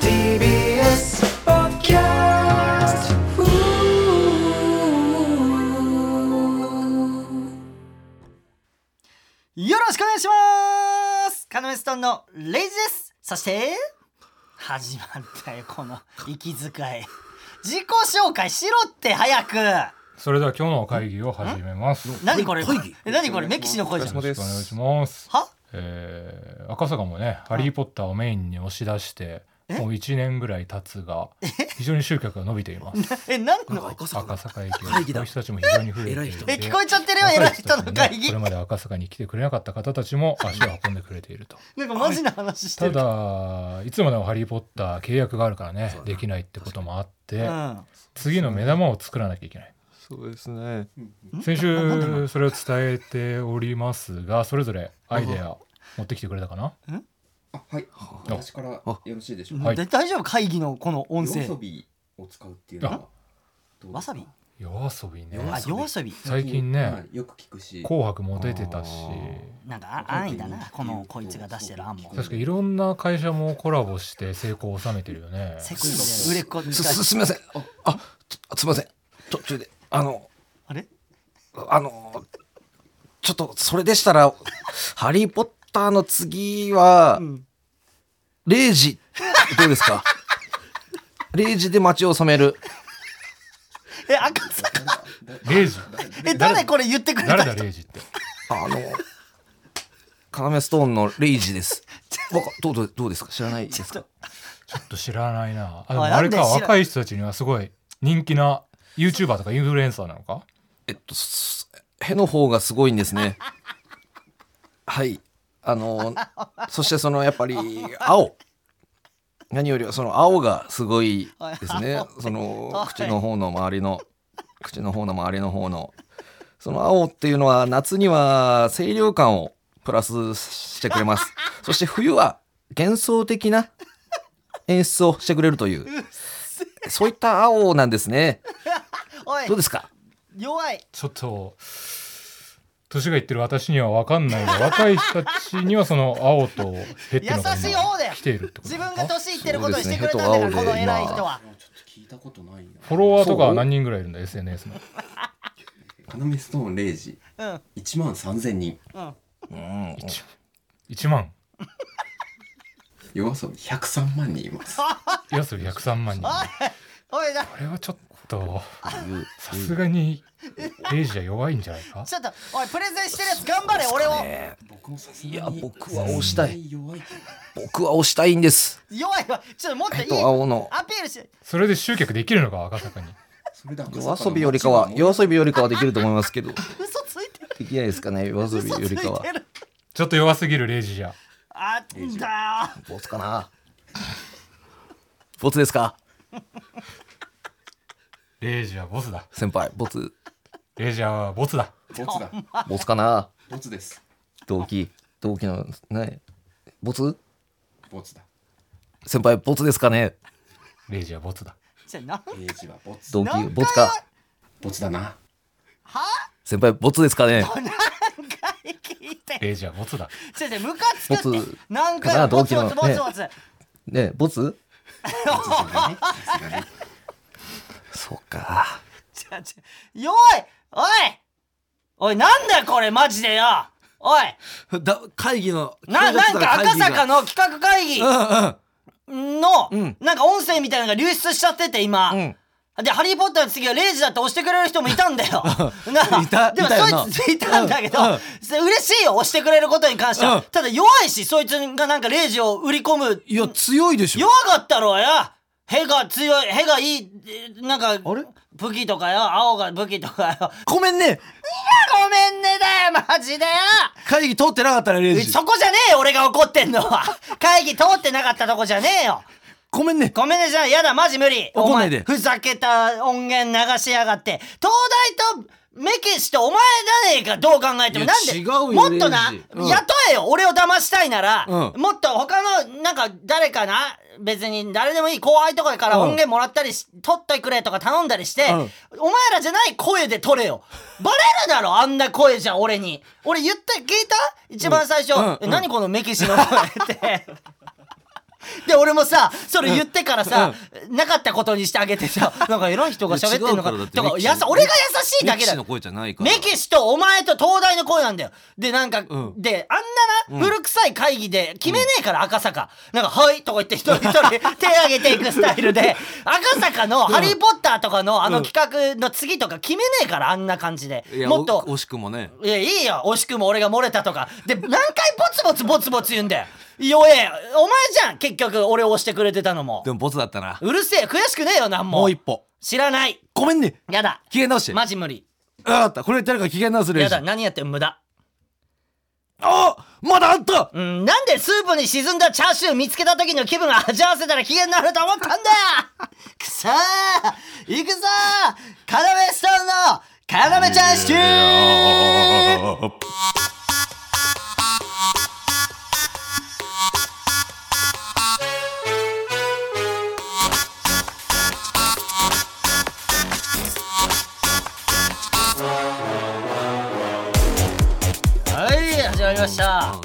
TBS ポッキャスよろしくお願いしますカナメストーンのレイジですそして始まったよこの息遣い自己紹介しろって早くそれでは今日の会議を始めます。よ何これえ何これメキシの声じゃんろしくお願いします。はえー、赤坂もね「ハリー・ポッター」をメインに押し出してもう1年ぐらい経つが非常に集客が伸びていますえ何なんかの赤坂赤坂駅を会議使だう人たちも非常に増えてい偉いる人え聞こえちゃってるよ若偉い人人たちのもね会議これまで赤坂に来てくれなかった方たちも足を運んでくれているとなんかマジな話してたるだいつまでも「ハリー・ポッター」契約があるからねできないってこともあってうん次の目玉を作らなきゃいけないそうですね。先週それを伝えておりますがそれぞれアイデア持ってきてくれたかなあはい私からよろしいでしょうか、はいで大丈夫会議のこの音夜声遊びを使うっていうのはどうわさび夜遊びねあ夜遊び最近ねはいよく聞くし紅白も出てたしなんかあ安易だなこのこいつが出してる案も確かいろんな会社もコラボして成功を収めてるよねセクシーで売れっ子すすすみません。ああちょすみません。途中であのあれあのちょっとそれでしたらハリーポッターの次は、んレイジどうです か。レイジで街を染める。え赤坂レイジ え誰これ言ってくれた誰人だレイジってあのカナメストーンのレイジです。わかどうどうどうですか知らないですか。ちょっと知らないなあでおもいあれかなんで知ら若い人たちにはすごい人気な YouTuber とかインフルエンサーなのかえっと、すへの方がすごいんですね。はい。あの、そしてそのやっぱり青。何よりはその青がすごいですね。その口の方の周りの、口の方の周りの方の。その青っていうのは夏には清涼感をプラスしてくれます。そして冬は幻想的な演出をしてくれるという。そういった青なんですね。おいどうですか弱いちょっと年がいってる私には分かんないが若い人たちにはその青とヘッドのが優しい方だよ来ているってこと自な分のがか年いってることにしてくれたんだから、そうですこねの偉い人はあちょっと聞いたことないなフォロワーとかは何人ぐらいいるんだ SNS のカナメストーン0時うん1万3000人うん。 1万夜遊び103万人います夜遊び103万人こおいなれはちょっとさすがにレイジは弱いんじゃないかちょっとおいプレゼンしてるやつ頑張れ俺をね僕もさすいがや、に僕は押したい。弱い僕は押したいんです。弱いわちょっともっといえっいと、青の。アピールしてそれで集客できるのか赤坂にそれだ夜遊びよりかは、夜遊びよりかはできると思いますけど、嘘ついてるできないですかね、夜遊 び嘘つよいりかはて。るちょっと弱すぎるレイジじゃあんだよボツかな。ボツですかレイジはボスだ先輩、ボツ、レイジはボスだボツだボツかなボツです同期、同期の、ね、ボツボツだ先輩、ボツですかねレイジはボスだじゃあなん0時はボツ同何期、回ボツか。ボツだな先輩、ボツですかね回聞いてレイジはボスだちょっとムカつくっボてツ何か回なもボツボ同ツ期ボのねツボツねボツボツじゃないねさすがにそうか。ちょちょ弱いおいおいなんだよこれマジでよおいだ会議の、ななんか赤坂の企画会議の、うんなんか音声みたいなのが流出しちゃってて今、うんで「ハリー・ポッター」の次はレイジだって押してくれる人もいたんだよ ないたでもいたよなそいついたんだけど、うんうんそれ嬉しいよ押してくれることに関しては、うんただ弱いしそいつがなんかレイジを売り込むいや、強いでしょ弱かったろうよへが強いへがいいえなんかれ武器とかよ青が武器とかよごめんねごめんねだよマジでよ会議通ってなかったらレイジそこじゃねえよ俺が怒ってんのは会議通ってなかったとこじゃねえよごめんねごめんねじゃあやだマジ無理怒んないでお前ふざけた音源流しやがって東大とメキシってお前じゃねえかどう考えてもいやなんで違うよもっとな、レイジうん雇えよ俺を騙したいなら、うんもっと他のなんか誰かな別に誰でもいい後輩とかからうん音源もらったりし、取っといくれとか頼んだりして、うんお前らじゃない声で取れよバレるだろあんな声じゃ俺に俺言った聞いた一番最初、うんうんえ何このメキシの声って。で俺もさそれ言ってからさ、なかったことにしてあげて さなんか偉い人が喋ってるのかいや違うからだってとかミキシやさ俺が優しいだメけキだよシの声じゃないからメキシとお前と東大の声なんだよでなんか、んであんなな古臭い会議で決めねえから、赤坂なんか「はい」とか言って一人一人手挙げていくスタイル で赤坂の「ハリー・ポッター」とかのあの企画の次とか決めねえからあんな感じでいやもっとお惜しくもねいや、いいよ。惜しくも俺が漏れたとか。で、何回ボツボツボツボツ言うんだよ。弱え。お前じゃん。結局、俺を押してくれてたのもで。もボツだったなうるせえ。悔しくねえよ、なんも。もう一歩知らない。ごめんねやだ。機嫌直してマジ無理。あわかったこれ誰か機嫌直すレやイジだ。何やっても無駄。あまだあったうん、なんでスープに沈んだチャーシュー見つけた時の気分が味合わせたら機嫌になると思ったんだよ くそー行くぞーカナメストーンのカナメチャーシューはい、始まりました。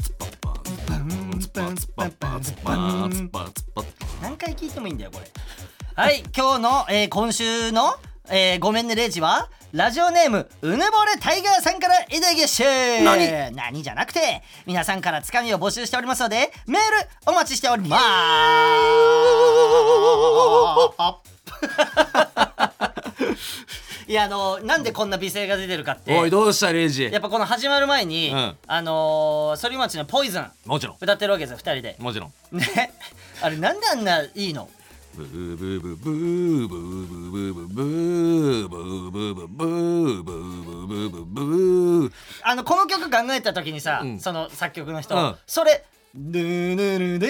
何回聞いてもいいんだよこれはい今日の、えー今週の、えーごめんねレイジはラジオネームうぬぼれタイガーさんからいただきました何何じゃなくて皆さんからつかみを募集しておりますのでメールお待ちしております いやあのなんでこんな美声が出てるかっておいどうしたレイジやっぱこの始まる前に、うんあのー、反町の「ポイズンもちろん歌ってるわけですよ2人でもちろんね あれなんであんないいのブーブーブーブーブーブーブーブーブーブーブーブーブーブーブーブーあのこの曲考えた時にさ、んその作曲の人、うんそれ「ドゥルルドゥ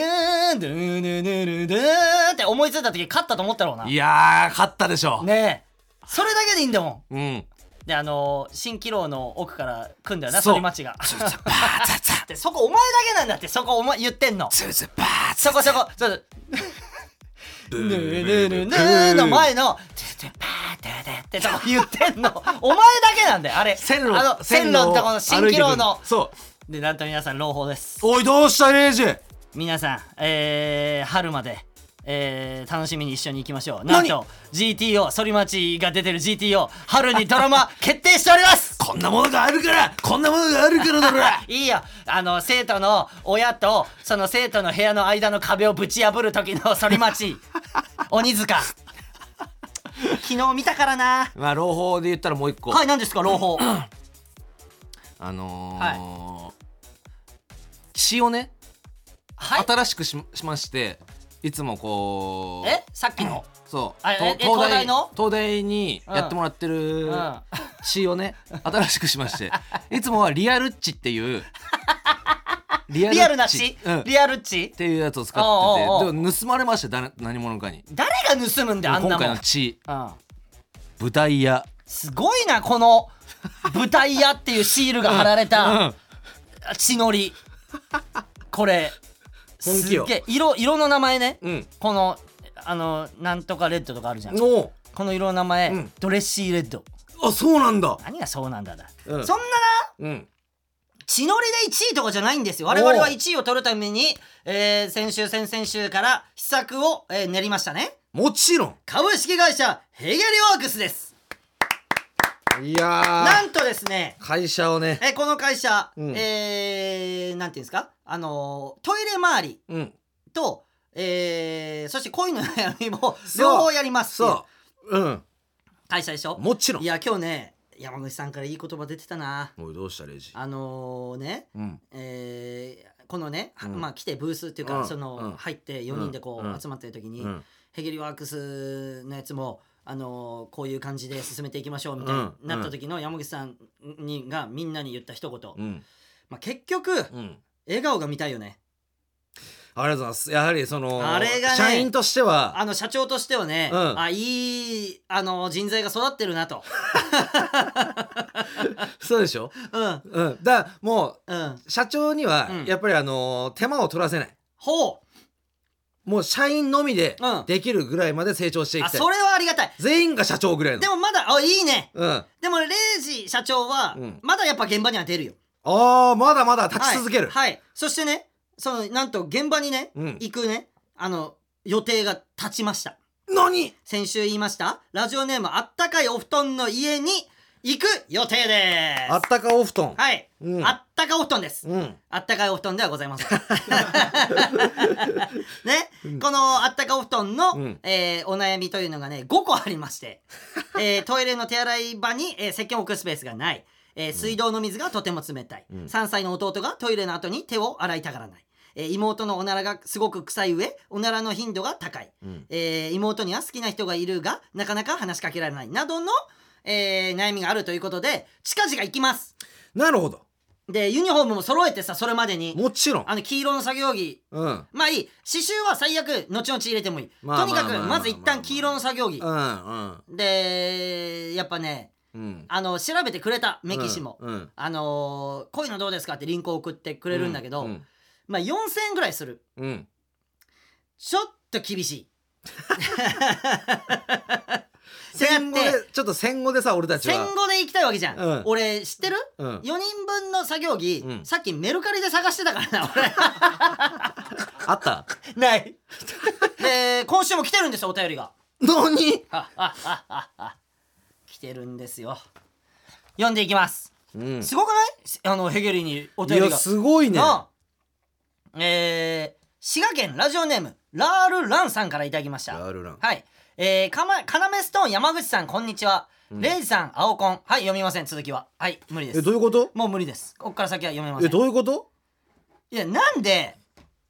ンドゥルルルドゥン」って思いついた時勝ったと思ったろうないやー勝ったでしょねえそれだけでいいんだもうんんであのー新機郎の奥から組んだよなそう反町がバーツツでそこお前だけなんだってそこお前言ってんのツツバーツそこそこそうそう「ヌルルルヌー」の前の「トゥトゥパートゥトゥ」ってとこ言ってんのお前だけなんだよあれ線あの路線路のとこの新機郎のそうでなんと皆さん朗報ですおいどうしたレイジ皆さん、えー春まで、えー楽しみに一緒に行きましょうなん何と GTO 反町が出てる GTO 春にドラマ 決定しておりますこんなものがあるからこんなものがあるからだろいいよあの生徒の親とその生徒の部屋の間の壁をぶち破る時の反 町鬼塚昨日見たからなまあ朗報で言ったらもう一個はい何ですか朗報はあのー詩をねい新しくししましていつもこうえさっきのそうあええと東大の東大にやってもらってうるんあ詩をね 新しくしましていつもはリアルッチっ ていうリリアルなチし、うんっリアルっちていうやつを使ってておうおうおうでも盗まれました誰何者かに誰が盗むんだよあん今なも回んの詩うん舞台屋すごいなこの舞台屋っていうシールが貼られた血のりこれ本す気っよげえ色色の名前ね、うんこのあのなんとかレッドとかあるじゃんこおうの色の名前、うんドレッシーレッドあそうなんだ何がそうなんだだ、うんそんななうん血のりで1位とかじゃないんですよ我々は1位を取るために、えー先週先々週から秘策を、えー練りましたねもちろん株式会社ヘゲリワークスですいやなんとですねー会社をねえーこの会社、うんえーなんていうんですかあのートイレ周りうんと、えーそして恋の悩みもそう両方やりますっていうそううん会社でしょもちろんいや今日ね山口さんからいい言葉出てたなおいどうしたレイジあのーね、うんえーこのね、はうんまあ来てブースっていうか、うんその、うん入って4人でこう、うん集まってる時に、うんヘゲリワークスのやつもあのーこういう感じで進めていきましょうみたいになった時の山口さんにがみんなに言った一言、うんまあ、結局うん笑顔が見たいよねありがとうございます。やはりその、あれがね社員としては、あの社長としてはね、うんあいいあの人材が育ってるな と。そうでしょうんうん。だからもうん。う、社長にはう、んやっぱりあの、手間を取らせない。ほう。もう社員のみでうんできるぐらいまで成長していあきたい。それはありがたい。全員が社長ぐらいの。でもまだあいいね。うん。あでもレイジ社長は、うんまだやっぱ現場には出るよ。あー、まだまだ立ち続ける。はい、はいそしてねそのなんと現場にね、うん行くねあの予定が立ちました何先週言いましたラジオネームあったかいお布団の家に行く予定ですあったかお布団。はい、うんあったかお布団です、うん。あったかいお布団ではございませ ん。ね、このあったかお布団の、うんえーお悩みというのがね5個ありまして、えートイレの手洗い場に、えー石鹸を置くスペースがない、えー水道の水がとても冷たい、3歳の弟がトイレの後に手を洗いたがらない。えー妹のおならがすごく臭い上おならの頻度が高い、んえー妹には好きな人がいるがなかなか話しかけられないなどの、えー悩みがあるということで近々行きますなるほど。でユニフォームも揃えてさそれまでにもちろん。あの黄色の作業着うん。まあいい刺繍は最悪後々入れてもいい、まとあにかくまあまあまあまず一旦黄色の作業着、うん。うん。でやっぱねうん。あの調べてくれたメキシも、うんうんあのーこういうのどうですか?」ってリンクを送ってくれるんだけど、うん。まあ4,000円ぐらいするうん。ちょっと厳しい戦後だっで、ちょっと戦後でさ、俺たち戦は。後で行きたいわけじゃん、うん俺知ってる、うん4人分の作業着、うんさっきメルカリで探してたからな 俺 あったない。で、今週も来てるんですよ、お便りが。何あああああ来てるんですよ。読んでいきます。うん。すごくないすあの、ヘゲリにおい便りが。や、すごいね。なあえー滋賀県ラジオネーム、ラールランさんからいただきました。ラールランはい。えー、かま、かなめストーン山口さん、こんにちは。レイジさん、青コン。はい、読みません、続きは。はい、無理でえ、すど。ういうこともう無理です。こっから先は読めませえ、ん。どういうこといや、なんで、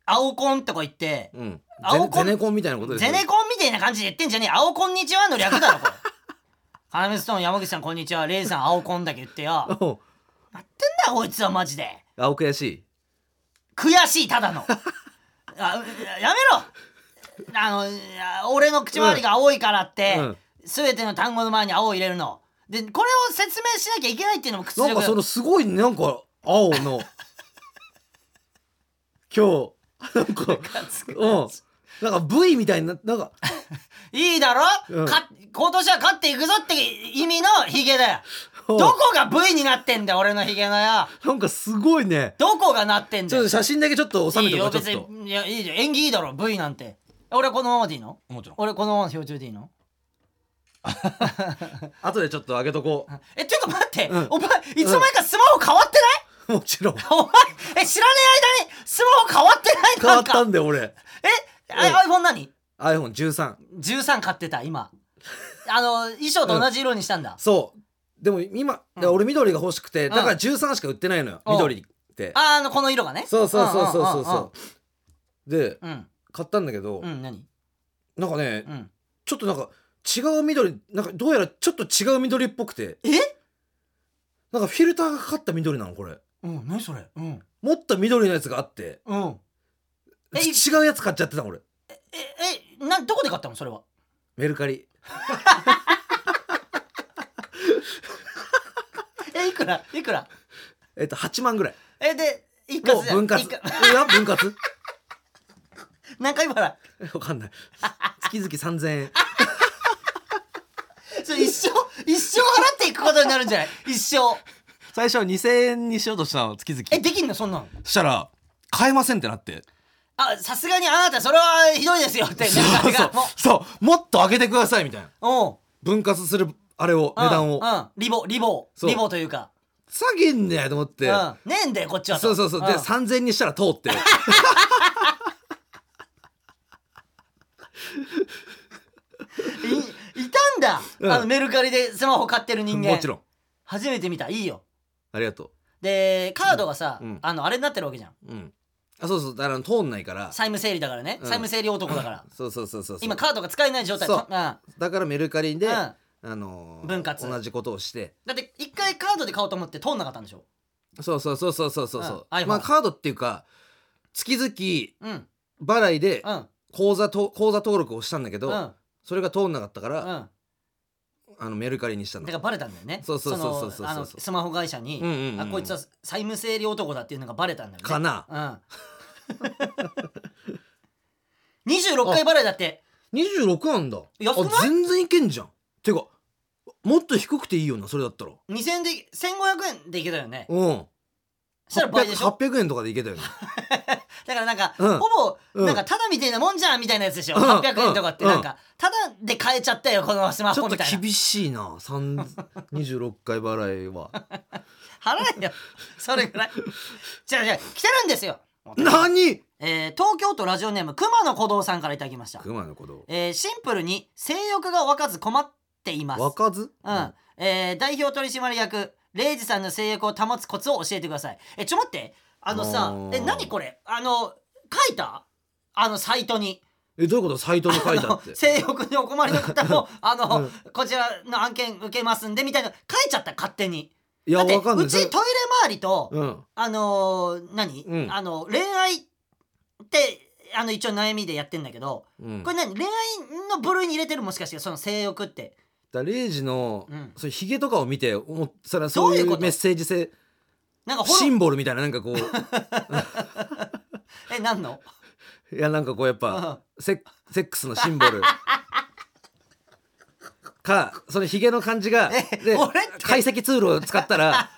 青コンとか言って、うん。青ゼコンゼネコンみたいなことですゼよネコンみたいな感じで言ってんじゃねえ青こんにちはの略だ ろこれカナメストーン山口さんこんにちはレイジさん青こんだけ言ってよなってんうんだよこいつはマジで青悔しい。悔しいただのあうやめろあのいや俺の口周りが青いからって、うん全ての単語の前に青を入れるのでこれを説明しなきゃいけないっていうのも屈なん辱かそのすごいなんか青の今日なんかうんなんか V みたいにななんかいいだろ、うんか今年は勝っていくぞって意味のヒゲだようんどこが V になってんだよ俺のヒゲのよなんかすごいねどこがなってんだちょっよと写真だけちょっと収めてもらおうちょっいいよと別にいやいいじゃん演技いいだろ V なんて俺このままでいいのもちろん俺このままの標準でいいの後でちょっと上げとこえちょっと待って、うんお前いつの間にかスマホ変わってうもちろんない、お前え知らねえ間にスマホ変わってない変わなっんたかんだよ俺えあ iPhone 何 iPhone13 13買ってた今あの衣装と同じ色にしたんだ、そうでも今、いや俺緑が欲しくてんだから13しか売ってないのようん緑ってああのこの色がねそうそうそうそうそそうそうでうんうん買ったんだけど、うんうん何なんかねうんちょっとなんか違う緑なんかどうやらちょっと違う緑っぽくてえなんかフィルターがかかった緑なのこれうん何それうんもっと緑のやつがあってうんえい違うやつ買っちゃってたの俺ええなんどこで買ったのそれはメルカリえいくらいくらえっと8万ぐらいえで一括のじゃ分割一い括 や分割 何回払うわかんない月々3000円それ一生 一生払っていくことになるんじゃない一生最初は2000円にしようとしたの月々えできんのそんなのしたら買えませんってなってあさすがにあなたそれはひどいですよってそうなかなそかうそうもっと上げてくださいみたいなも分割するあれをううん値段をうんリボリボそうリボというか下げんねやと思っうてんねえんだよこっちはそとうそうそう、んで3000にしたら通っていいたんだうんあのメルカリでスマホ買ってる人間もちろん初めて見たいいよありがとでカードがさうんあのあれになってるわけじゃんううんあそうそうだから通んないから債務整理だからねうん債務整理男だからそうそうそうそうそう今カードが使えない状態そうそうんだからメルカリで、うんあのー分割同じことをしてだって一回カードで買おうと思って通んなかったんでしょそうそうそうそうそうそううそうん iPhone まあカードっていうか月々うん払いでうん口座と口座登録をしたんだけうど、んそれが通んなかったかうら、んあのメルカリにしただのからバレたんだよねそうそうそうそうそうのあのスマホ会社に、うんうんうんあこいつは債務整理男だっていうのがバレたんだよねかなうん26回払いだって26なんだ安くないあ全然いけんじゃんてかもっと低くていいよなそれだったら2000円で1500円でいけたよねうんしたら倍でしょ 800, 800円とかでいけたよねだからなんか、うんほうぼんなんかただみたいなもんじゃんみたいなやつでしょ、うん800円とかってうんなんか、ただで買えちゃったよこのスマちょホっみとたいな厳しいな3 26回払いは払え よそれぐらいじゃあじゃあ来てるんですよ、何えー東京都ラジオネーム熊野古道さんからいただきました、熊のことえーシンプルに性欲が湧かず困っています湧かずうんえー代表取締役レイジさんの性欲を保つコツを教えてくださいえちょ待ってあのさおーえ何これあの書いたあのサイトにえどういうことサイトに書いたってあの性欲にお困りの方もあの、 うんこちらの案件受けますんでみたいな書いちゃった勝手にいやだってわかんないうちトイレ周りと、うんあのー何、うんあの恋愛ってあの一応悩みでやってんだけどうんこれ何恋愛の部類に入れてるもしかしてその性欲ってだからレイジの、うんそういうヒゲとかを見て思っそれはそういどういうこうとメッセージ性なんかほシろンボルみたいななんかこう えなんのいやなんかこうやっぱセッセックスのシンボルかそのヒゲの感じがえで俺って解析ツールを使ったら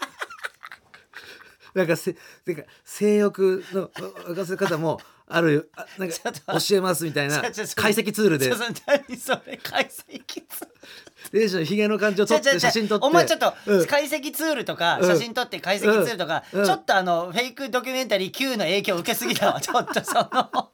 なんかせなんか性欲の任せ方もあるよあなんちょっとか教えますみたいなちょちょちょ解析ツールでちょそれ何それ解析ツールレイジのヒゲの感じをち撮ょっちょてち写ょ真撮ってお前ちょっとうん解析ツールとかうん写真撮って解析ツールとかちうんょっとあのフェイクドキュメンタリー Q の影響を受けすぎた わちょっとその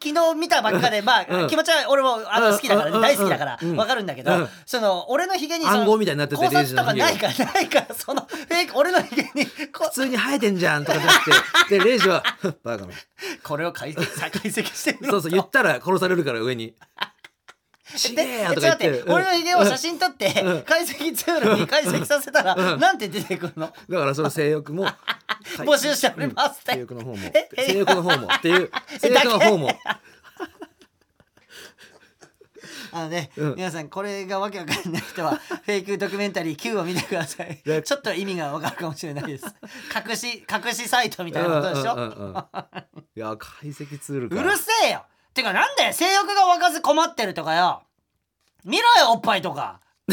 昨日見たばっかでまうあん気持ちは俺もあの好きだからうねん大好きだからうんわかるんだけどうんその俺のヒゲにその暗号みたいになってて考レ察イジとのかヒゲないからないからそのフェイク俺のヒゲにこ普通に生えてんじゃんとかじゃなくてでレイジは「バカめこれを解析さ解析してるのそうそう言ったら殺されるから上に「ちげえや」でとちょかっと待言っってて俺のヒゲを写うん真撮ってうん解析ツールに解析させたらうんなんて出てくるのだからその性欲も 募集しておりますって性欲の方もええ 性欲の方もっていうえ性欲の方もあのね、うん皆さんこれがわけわかんない人 はフェイクドキュメンタリー Q を見てください。でちょっと意味がわかるかもしれないです。隠し隠しサイトみたいなことでしうんうんょ。うんうんいや解析ツーうルかるせえよ。てかなんだよ性欲が湧かず困ってるとかよ。見ろよおっぱいとか。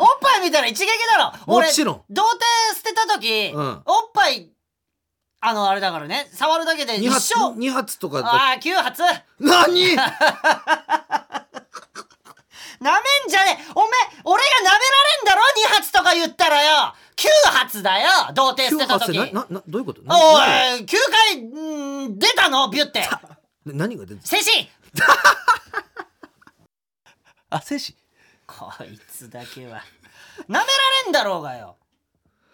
おっぱい見たら一撃だろ。俺もちろん童貞捨てた時、うんおっぱいあのあれだからね触るだけで二一発生。二発とかだああ9発。何なめんじゃねえおめえ俺がなめられんだろ2発とか言ったらよ !9 発だよ童貞捨九てた発っ時てなななどういうことなおない9回ん出たのビュって何が出て精神あ精子こいつだけはなめられんだろうがよ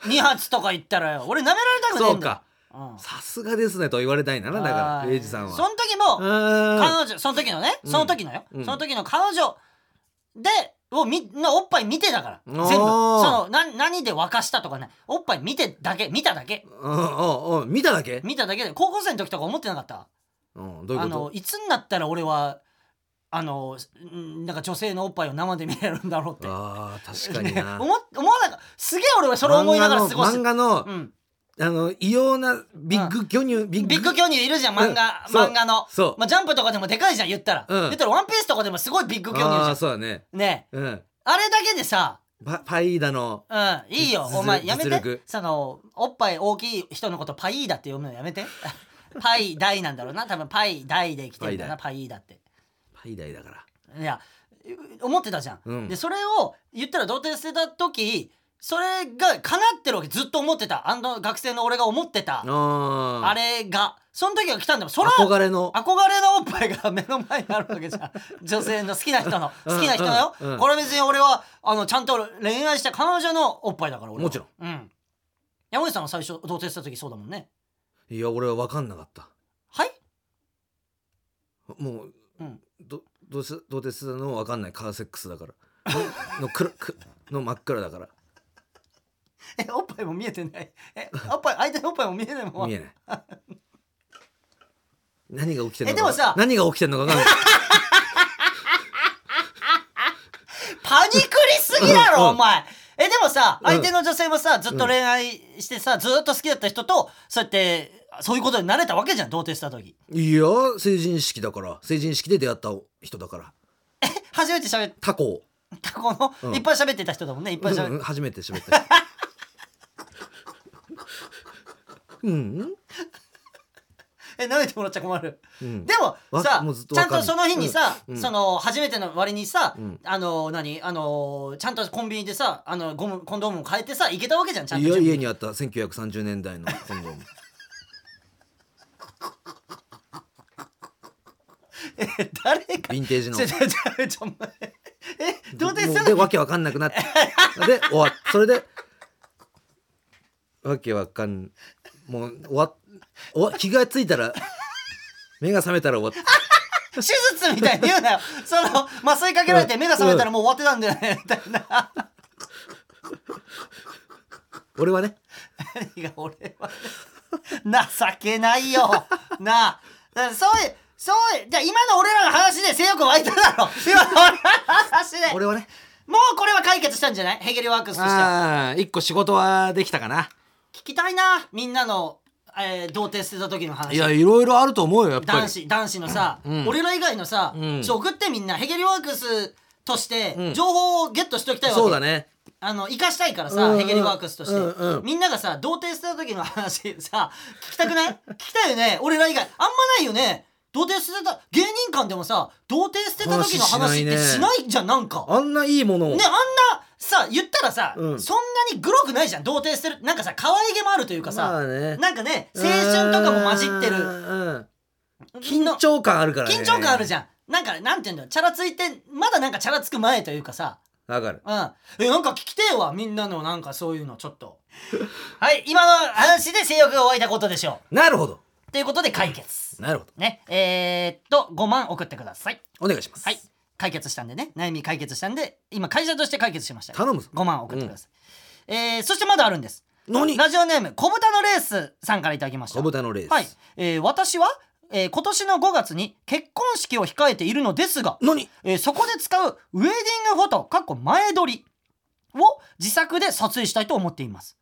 2発とか言ったらよ俺なめられたくねえそんうだよかうんさすがですねと言われたいならだからレイジさんそのは時も、うん彼女その時のねその時のよ、うんその時の彼女でをみのおっぱい見てだから全部おーそのな何で沸かしたとかねおっぱい見てだけ見ただけうんうんうん見ただけ見ただけで高校生の時とか思ってなかったうんどういうあこのといつになったら俺はあのんなんか女性のおっぱいを生で見れるんだろうってあー確かにな思っ思わなかったすげえ俺はそれ思いながら過ごす漫画の漫画うのん、あの異様なビッグ巨乳ビビッグ巨乳いるじゃん漫画、うんそう漫画のそうまあ、ジャンプとかでもでかいじゃん言ったら、うん言ったらワンピースとかでもすごいビッグ巨乳じあゃあそうだねんねえうんあれだけでさパパイーダのうん、いいよ、実お前やめ実て力。そのおっぱい大きい人のことパイーダって読むのやめて。 パイ大なんだろうな、多分パイ大で来てるんだな、パイーダって。パイダイだからいや、思ってたじゃん。うんで、それを言ったら童貞捨てた時、それが叶ってるわけ、ずっと思ってた。あの学生の俺が思ってた。あーあれが、その時が来たんだもん。それは憧れの憧れのおっぱいが目の前にあるわけじ ゃん女性の好きな人のうん好きな人のよ、うんうんこれ別に俺はあのちゃんと恋愛した彼女のおっぱいだから俺はもちろん、うん、山口さんは最初同棲した時そうだもんねいや俺は分かんなかったはい もう、うんどどうせどうですの分かんないカーセックスだからののくらくの真っ暗だからえおっぱいも見えてない えおっぱい相手のおっぱいも見えないもん見えない何が起きてるえのでもさ何が起きてるのか分かんないパニクりすぎだうんろお前えでもさうん相手の女性もさずっと恋愛してさずっと好きだった人とそうやってそういうことになれたわけじゃん童貞した時いや成人式だから成人式で出会った人だから初めて喋っタコた子の、うんいっぱい喋ってた人だもんねいっぱい喋っうん初めて喋った 人うんえ舐めてもらっちゃ困るうんでもわさもうずっとちゃわんかんなとそいの日にさ、うんうんその初めての割にさ、うんあの何あのちゃんとコンビニでさあのゴムコンドームも変えてさ行けたわけじゃんちゃんいとや準備家にあった1930年代のコン ドームえ誰かヴィンテージのちょちょちょちょお前え童貞しもうでたのわけわかんなくなって で終わっそれでわけわかんもう終わっ終わ気がついたら目が覚めたら終わっ手術みたいに言うなよその麻酔かけられて目が覚めたらもう終わってたんだよねみたいな俺はね何が俺は情けないよ なあだからそういうそういうじゃあ今の俺らの話で性欲湧いただ ろ今の俺らの話で俺はねもうこれは解決したんじゃないヘゲルワークスとしてはああ一個仕事はできたかな聞きたいなみんなの、えー童貞捨てた時の話いやいろいろあると思うよやっぱ男り子男子のさ、うん俺ら以外のさ、うんちょ送ってみんなヘゲルワークスとしてうん情報をゲットしておきたいわけ、そうだねあの生かしたいからさ、うんヘゲリワークスとして、うんうんみんながさ童貞捨てた時の話さ聞きたくない聞きたいよね俺ら以外あんまないよね童貞捨てた芸人間でもさ童貞捨てた時の話って話ししなないいじゃんなんか。あんないいものを、ね、あんなさ言ったらさ、うんそんなにグロくないじゃん童貞捨てるなんかさ可愛げもあるというかさ、まあねなんかね青春とかも混じってうるんうんの緊張感あるからね緊張感あるじゃゃんなんかなんていうんだよチャラついてまだなんかチャラつく前というかさんわかるうん、えなんか聞きてえわみんなのなんかそういうのちょっと はい今の話で性欲が湧いたことでしょなるほどうということで解決なるほどねえー、っと5万送ってくださいお願いしますはい解決したんでね悩み解決したんで今会社として解決しました頼むぞ5万送ってください、えー、そしてまだあるんです何ラジオネーム小豚のレースさんからいただきました小豚のレース、はい、えー私は、えー今年の5月に結婚式を控えているのですが何えーそこで使うウェディングフォトかっこ前撮りを自作で撮影したいと思っています、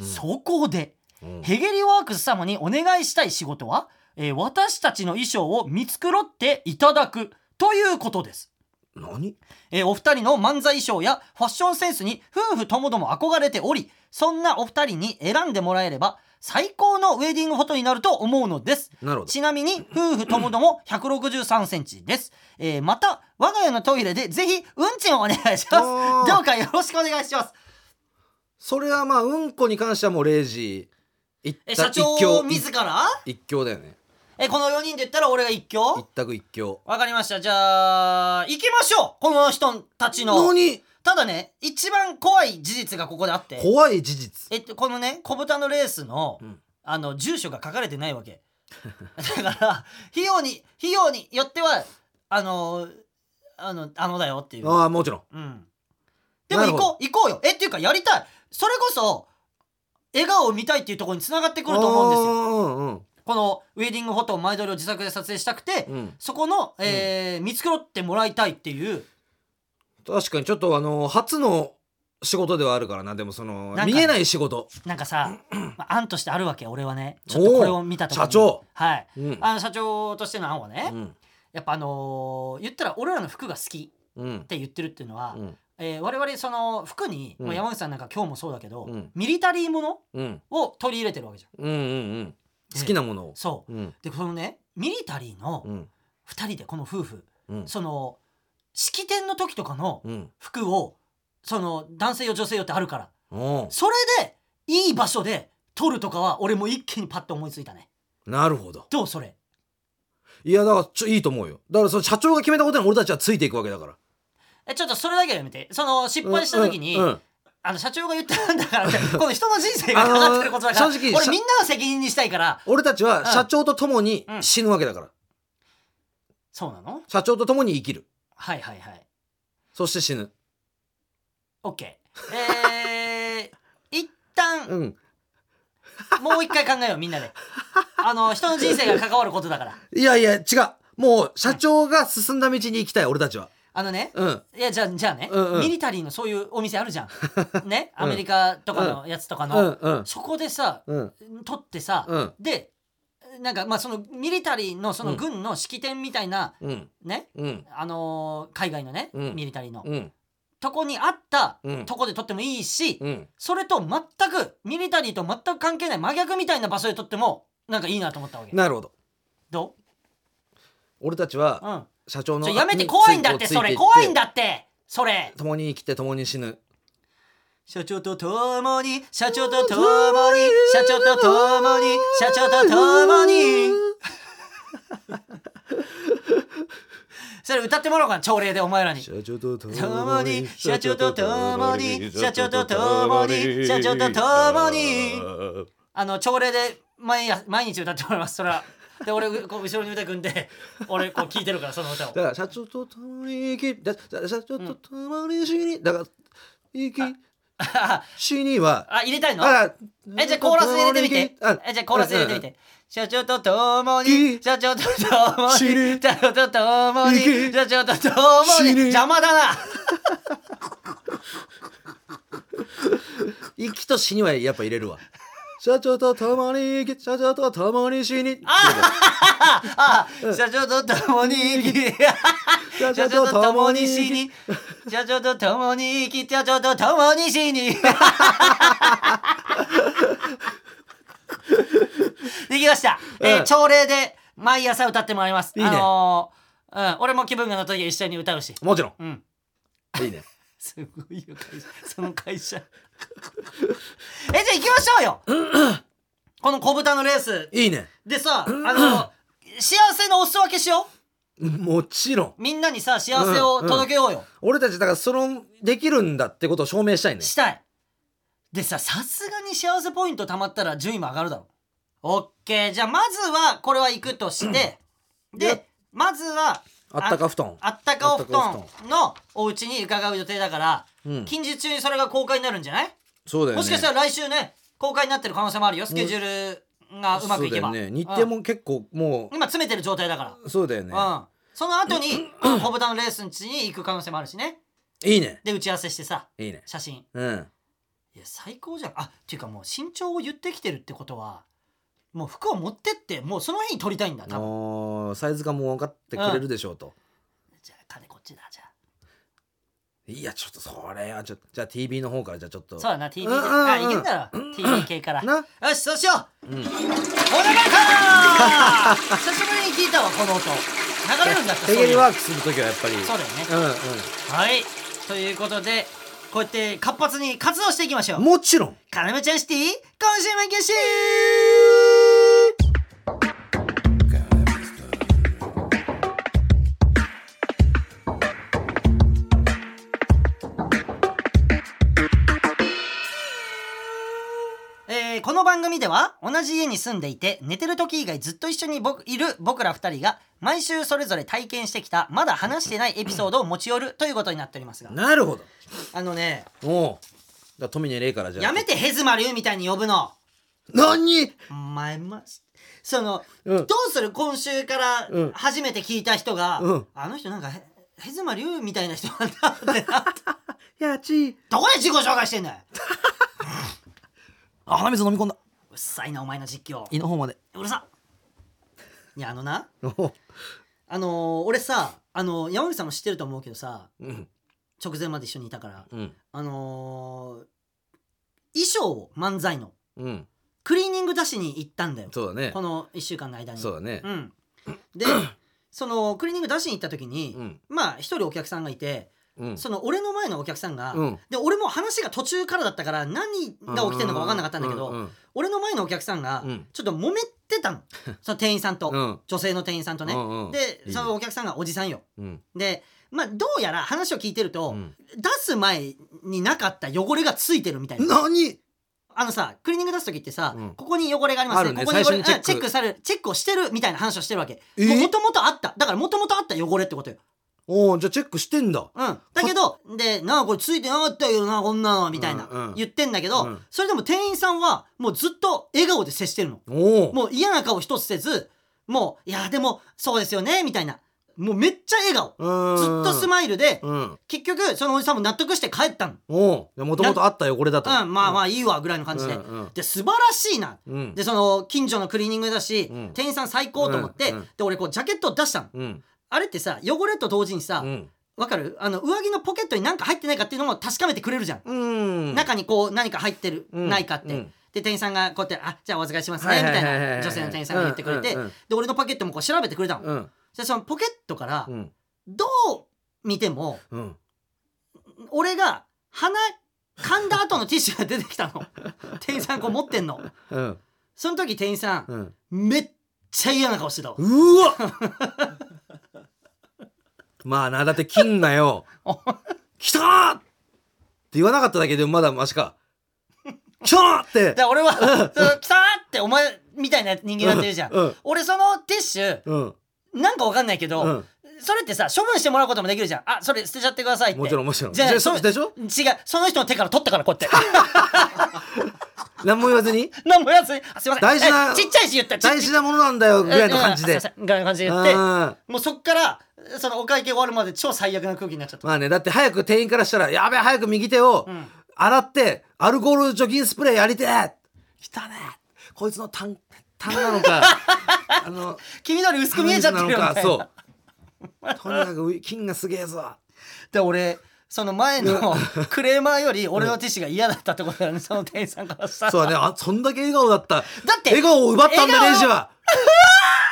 そこでうんヘゲリワークス様にお願いしたい仕事は、えー私たちの衣装を見繕っていただくということです、何えーお二人の漫才衣装やファッションセンスに夫婦ともども憧れておりそんなお二人に選んでもらえれば最高のウェディングフォトになると思うのですなるほどちなみに夫婦ともども163センチです、えーまた我が家のトイレでぜひうんちをお願いしますあーどうかよろしくお願いしますそれはまあうんこに関してはもう0時一えた社長一強自ら一一強だよねえこの4人で言ったら俺が一一強択一強わかりましたじゃあ行きましょうこの人たちの何ただね一番怖い事実がここであって怖い事実えっとこのね小豚のレースの、うんあの住所が書かれてないわけ だから費用に費用によってはあのあのあのだよっていうああもちろんうん。でもなる行ほこう、行こうよ。え、っていうかやりたい。それこそ、笑顔を見たいっていうところに繋がってくると思うんですよ。よこのウェディングフォトを前撮りを自作で撮影したくて、うんうんそこの、えー見繕ってもらいたいっていう。確かにちょっとあの初の仕事ではあるからなでもそのなんかね見えない仕事なんか さ、まあ案としてあるわけ、俺はね。ちょっとこれを見たときに。おー社長はい。うんあの、社長としての案はね、うんやっぱあのー言ったら俺らの服が好きうんって言ってるっていうのは、うんえー我々その服に、うんまあ山口さんなんか今日もそうだけど、うんミリタリーものうんを取り入れてるわけじゃん。うんうん好きなものをそう。うんでこのねミリタリーのうん2人でこの夫婦、うんその式典の時とかのうん服をその男性用女性用ってあるからおそれでいい場所で撮るとかは俺も一気にパッと思いついたねうなるほどどうそれいやだからちょいいと思うよだからその社長が決めたことに俺たちはついていくわけだからえちょっとそれだけはやめてその失敗した時に、うんうんあの社長が言ったんだからっ てこの人の人生がかかってることだから、あのー正直俺みんなの責任にしたいから俺たちはうん社長と共に死ぬわけだからそうなの社長と共に生きるはいはいはいそして死ぬ OK えー、一旦、うん。もう一回考えよう、みんなで。あの、人の人生が関わることだから。いやいや、違う。もう、社長が進んだ道に行きたい、俺たちは。あのね、うん。いや、じゃあ、じゃあね、うんうんミリタリーのそういうお店あるじゃ ん。ね、アメリカとかのやつとかうんの。うん。そこでさ、うん。取ってさ、うんで、なんか、まあ、その、ミリタリーのその軍の式典みたいな、うん。ね、うん。あのー海外のね、うんミリタリーの、うん。とこにあったうんとこで撮ってもいいし、うん。それと全くミリタリーと全く関係ない真逆みたいな場所で撮ってもなんかいいなと思ったわけなるほど。ど俺たちう、うは、ん、社長の。ちょやめて怖いんだってそれ怖いんだ。ってそれ共に生きて、共に死ぬ。社長と共に社長と共に社長と共に社長と共にそれ歌ってもらおうかな朝礼でお前らに社長と共共にに、社長と共に社長と共に社長と共にあの朝礼で毎夜毎日歌ってもらいますそれはで俺こう後ろに歌くんで俺こう聞いてるからその歌を だから社長と共に生きだだ社長と共に死にだから生き死にはあ入れたいのあえじゃあコーラス入れてみてあえじゃあコーラス入れてみて社長と共いにい社長と共死にぬ社長と共いけに社長と共に死ぬ邪魔だな生きと死にはやっぱ入れ るわ社長と共に生き社長と共に死にあ社長と共に生き 社社長と共に死に社長と共に生き社長と共に死 にできました、えーうん朝礼で毎朝歌ってもらいますいいねあのーうん、俺も気分が乗った時は一緒に歌うしもちろうんんいいねすごいよ会社その会社えじゃあ行きましょうよ この小豚のレースいいねでさあ の幸せのお裾分けしよもちろんうみんなにさ幸せを届けようよ、俺たちだからそのできるんだってことを証明したいねしたいでささすがに幸せポイント貯まったら順位も上がるだろオッケーじゃあまずはこれは行くとして、でまずはあったか布団あったかお布あった団かのお家に伺う予定だから、うん近日中にそれが公開になるんじゃないそうだよもねしかしたら来週ね公開になってる可能性もあるよスケジュールがうまくいけば、そうだよね日程うんも結構も今詰めてる状態だかうそうだよら、ねうんその後 にこの小豚のレースの地に行く可能性もあるしねいいねで打ち合わせしてさいいね写真うんいや最高じゃんあっていうかもう身長を言ってきてるってことはもう服を持ってってもうその日に撮りたいんだ多分おーサイズがもう分かってくれるでしょうと、じゃあ金こっちだじゃあいやちょっとそれはちょっとじゃあ TV の方からじゃあちょっとそうだな TV でうんうんうんあいけんだろ TV 系からなよしそうしよう、んお願いか久しぶりに聞いたわこの音流れるんだったそテういレえビばワークする時はやっぱりそうだよねうはいということでこうやって活発に活動していきましょんうんうもちろんカラムチャンシティ今週もゲシえーこの番組では同じ家に住んでいて寝てる時以外ずっと一緒に僕いる僕ら2人が毎週それぞれ体験してきたまだ話してないエピソードを持ち寄るということになっておりますがなるほどあのねおうじゃあ富根礼からじゃあやめてヘズマリュウみたいに呼ぶの何お前まその、うんどうする今週からうん初めて聞いた人が、うんあの人なんかへヘズマリュウみたいな人なんだってなやちどこで自己紹介してんだよ あ鼻水飲み込んだうっさいなお前の実況胃の方までうるさいやあのなおうあのー俺さあのー山口さんも知ってると思うけどさうん直前まで一緒にいたからうんあのー衣装を漫才のうんクリーニング出しに行ったんだよそうだねこの1週間の間にそうだねうん、でそのクリーニング出しに行った時に、うんまあ一人お客さんがいて、うんその俺の前のお客さんが、うんで俺も話が途中からだったから何が起きてるのか分かんなかったんだけど、うんうん俺の前のお客さんがうんちょっと揉めて たのその店員さんと、うん女性の店員さんとね、うんうんでいいねそのお客さんがおじさんようんでまあどうやら話を聞いてると、うん出す前になかった汚れがついてるみたいな何あのさクリーニング出す時ってさ、うんここに汚れがありますねあるねここに汚れ最初にうんチチェッェクックされるチェックをしてるみたいな話をしてるわけえもともとあっただからもともとあった汚れってことよおおじゃあチェックしてんだうん、だけどで「なあこれついてなかったけどなこんなの」みたいな、うんうん言ってんだけど、うんそれでも店員さんはもうずっと笑顔で接してるのおおもう嫌な顔一つせずもう「いやでもそうですよね」みたいなもうめっちゃ笑顔ずっとスマイルでうん結局そのおじさんも納得して帰ったのおおもともとあったよこれだとうんまあまああいいわぐらいの感じで、うんうんで素晴らしいなうんでその近所のクリーニングだし、うん店員さん最高と思って、うんうんで俺こうジャケットを出したのうんあれってさ汚れと同時にさ、うんわかるあの上着のポケットに何か入ってないかっていうのも確かめてくれるじゃん、うん中にこう何か入ってる、うんないかって、うんで店員さんがこうやって「あじゃあお預かりしますはね」いみはいはたいいはいな女性の店員さんが言ってくれて、うんうんうんで俺のポケットもこう調べてくれたの、うんでそのポケットからうんどう見てもうん俺が鼻噛んだ後のティッシュが出てき たの店員さんこう持ってんのうんその時店員さんうんめっちゃ嫌な顔してたわうわ まあなだって金なよ来たーって言わなかっただけでもまだマシか来たーってで俺は「その来た!」ってお前みたいな人間になってるじゃん、うんうん俺そのティッシュうんなんかわかんないけど、うんそれってさ処分してもらうこともできるじゃんあそれ捨てちゃってくださいってもちろんもちろんじゃあでそそうでしょ違うその人の手から取ってからこうやって 何も言わずに何もやつあすいません大事なえちっちゃいし言った大事なものなんだよぐぐらいの感じでぐらいの感じでう言んってまもうそっからそのお会計終わるまで超最悪な空気になっちゃった、あねだって早く店員からしたらやべえ早く右手をん洗ってアルコール除菌スプレーやりてえ来たねこいつのタンタンな のかあの気になる薄く見えちゃってるよみたいなそう とにかく金がすげえぞで俺その前のクレーマーより俺のティッシュが嫌だったってことだよねその店員さんからしたらそ うだねあそんだけ笑顔だっただって笑顔を奪ったん笑だ顔をレイ ジは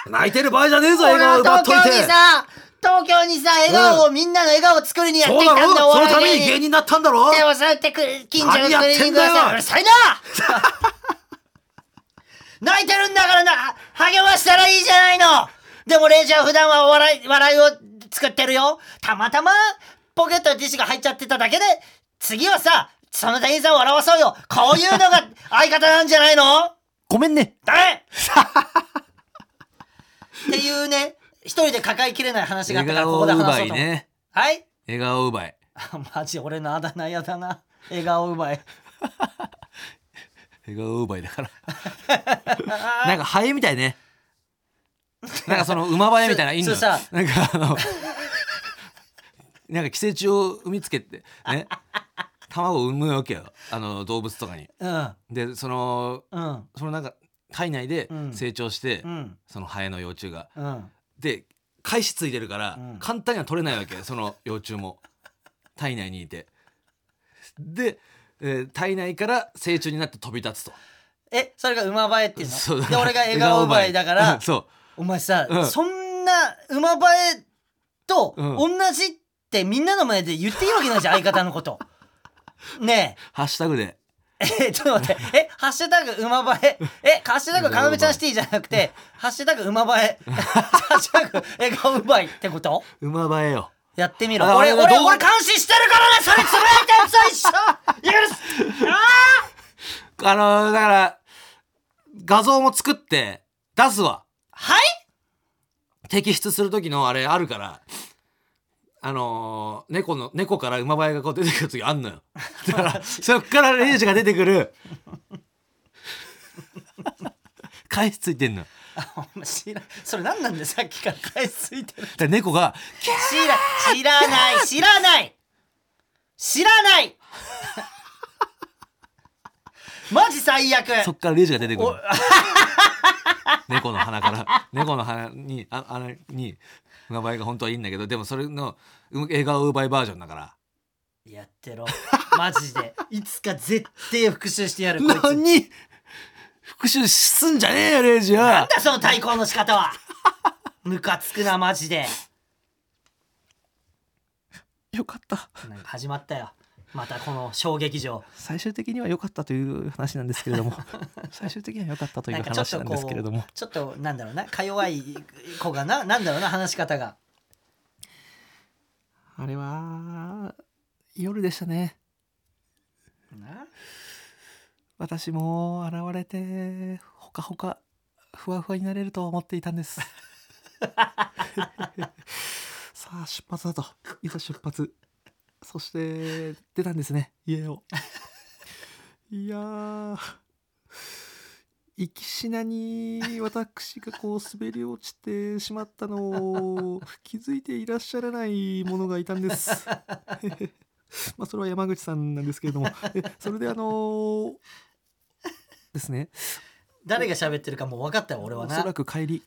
泣いてる場合じゃねえぞ笑俺顔はを奪っ東とい京てにさ東京にさ笑顔を、みんなの笑顔を作りにやってそうきただんだろそ俺のはために芸人になったんだろ手を触ってくる近所のクリーニング屋何やってんださよんうるさいな泣いてるんだからな励ましたらいいじゃないのでもレイジは普段はお笑い笑いを作ってるよたまたまポケットにティッシュが入っちゃってただけで次はさその店員さんを笑わそうよこういうの が相方なんじゃないのごめんねダ メっていうね一人で抱えきれない話があった笑からこ顔こで話そう奪いと思う、ねはい笑顔奪いあマジ俺のあだ名やだな笑顔うまい笑顔奪いだから なんかハエみたいねなんかその馬早みたいないいのよそそうさなんかあのなんか寄生虫を産みつけてね卵を産むわけよあの動物とかにうんでそのうんそのなんか体内でうん成長して、うんそのハエの幼虫がうんで返しついてるから、うん簡単には取れないわけその幼虫も体内にいてで、えー体内から成虫になって飛び立つとえそれが馬映えっていうそうので俺が笑顔うまいだかうらん そお前さ、うんそんな馬映えと同じってみんなの前で言っていいわけないじゃん相方の ことねうハッシュタグでええちょっと待ってえハッシュタグ馬映ええハッシュタグかなめちゃんシティじゃなくてハッシュタグ馬映えハッシュタグ笑顔うまいってこと「馬映えよやってみろ。あ俺、あ俺、れが動画俺監視してるからねそれつぶやいたやつは一緒許すあ」あのーだから画像も作って出すわーはい摘出する時のあれあるからあのー猫の猫から馬映えがこう出てくる時あんのよ だからそっからレイジが出てくる返しついてんのだか お前知らそれ何なんでさっきから返しついてる。ら猫がキャー知ら、知らない、知らない知ら ないマジ最悪 そっからレイジが出てくる の猫の鼻から猫の鼻にああれに馬映えが本当はいいんだけどでもそれのう笑顔奪いバージョンだからやってろ。マジで。いつか絶対復讐してやる。こいつなん何復讐すんじゃねえよレイジはだその対抗の仕方はムカつくな、マジで。よかったなんか始まったよ。またこの小劇場。最終的には良かったという話なんですけれ ども最終的には良かったというなんかちょっ話となんこですけれどもうちょっとなんだろうなか弱い子がななんだろうな話し方があれは夜でしたねな私も現れてほかほかふわふわになれると思っていたんですさああ出発だといざ出発そして出たんですね家をいやー行きしなに私がこう滑り落ちてしまったのを気づいていらっしゃらない者がいたんです。まあそれは山口さんなんですけれどもえそれであのーですね誰が喋ってるかもう分かったよ俺はおなそらく帰り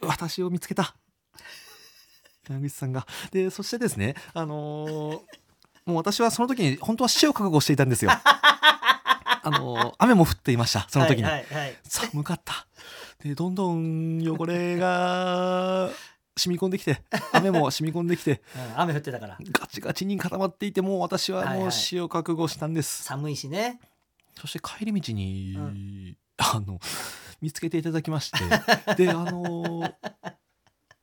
私を見つけた 山口さんがでそしてですねあのーもう私はその時に本当は死を覚悟していたんで すよあのー雨も降っていましたその時に、はいはいはい寒かったでどんどん汚れ が染み込んできて雨も染み込んできてうん雨降ってたからガチガチに固まっていてもう私ははいもはうい死を覚悟したんです、寒いしねそして帰り道に、うあの見つけていただきましてであの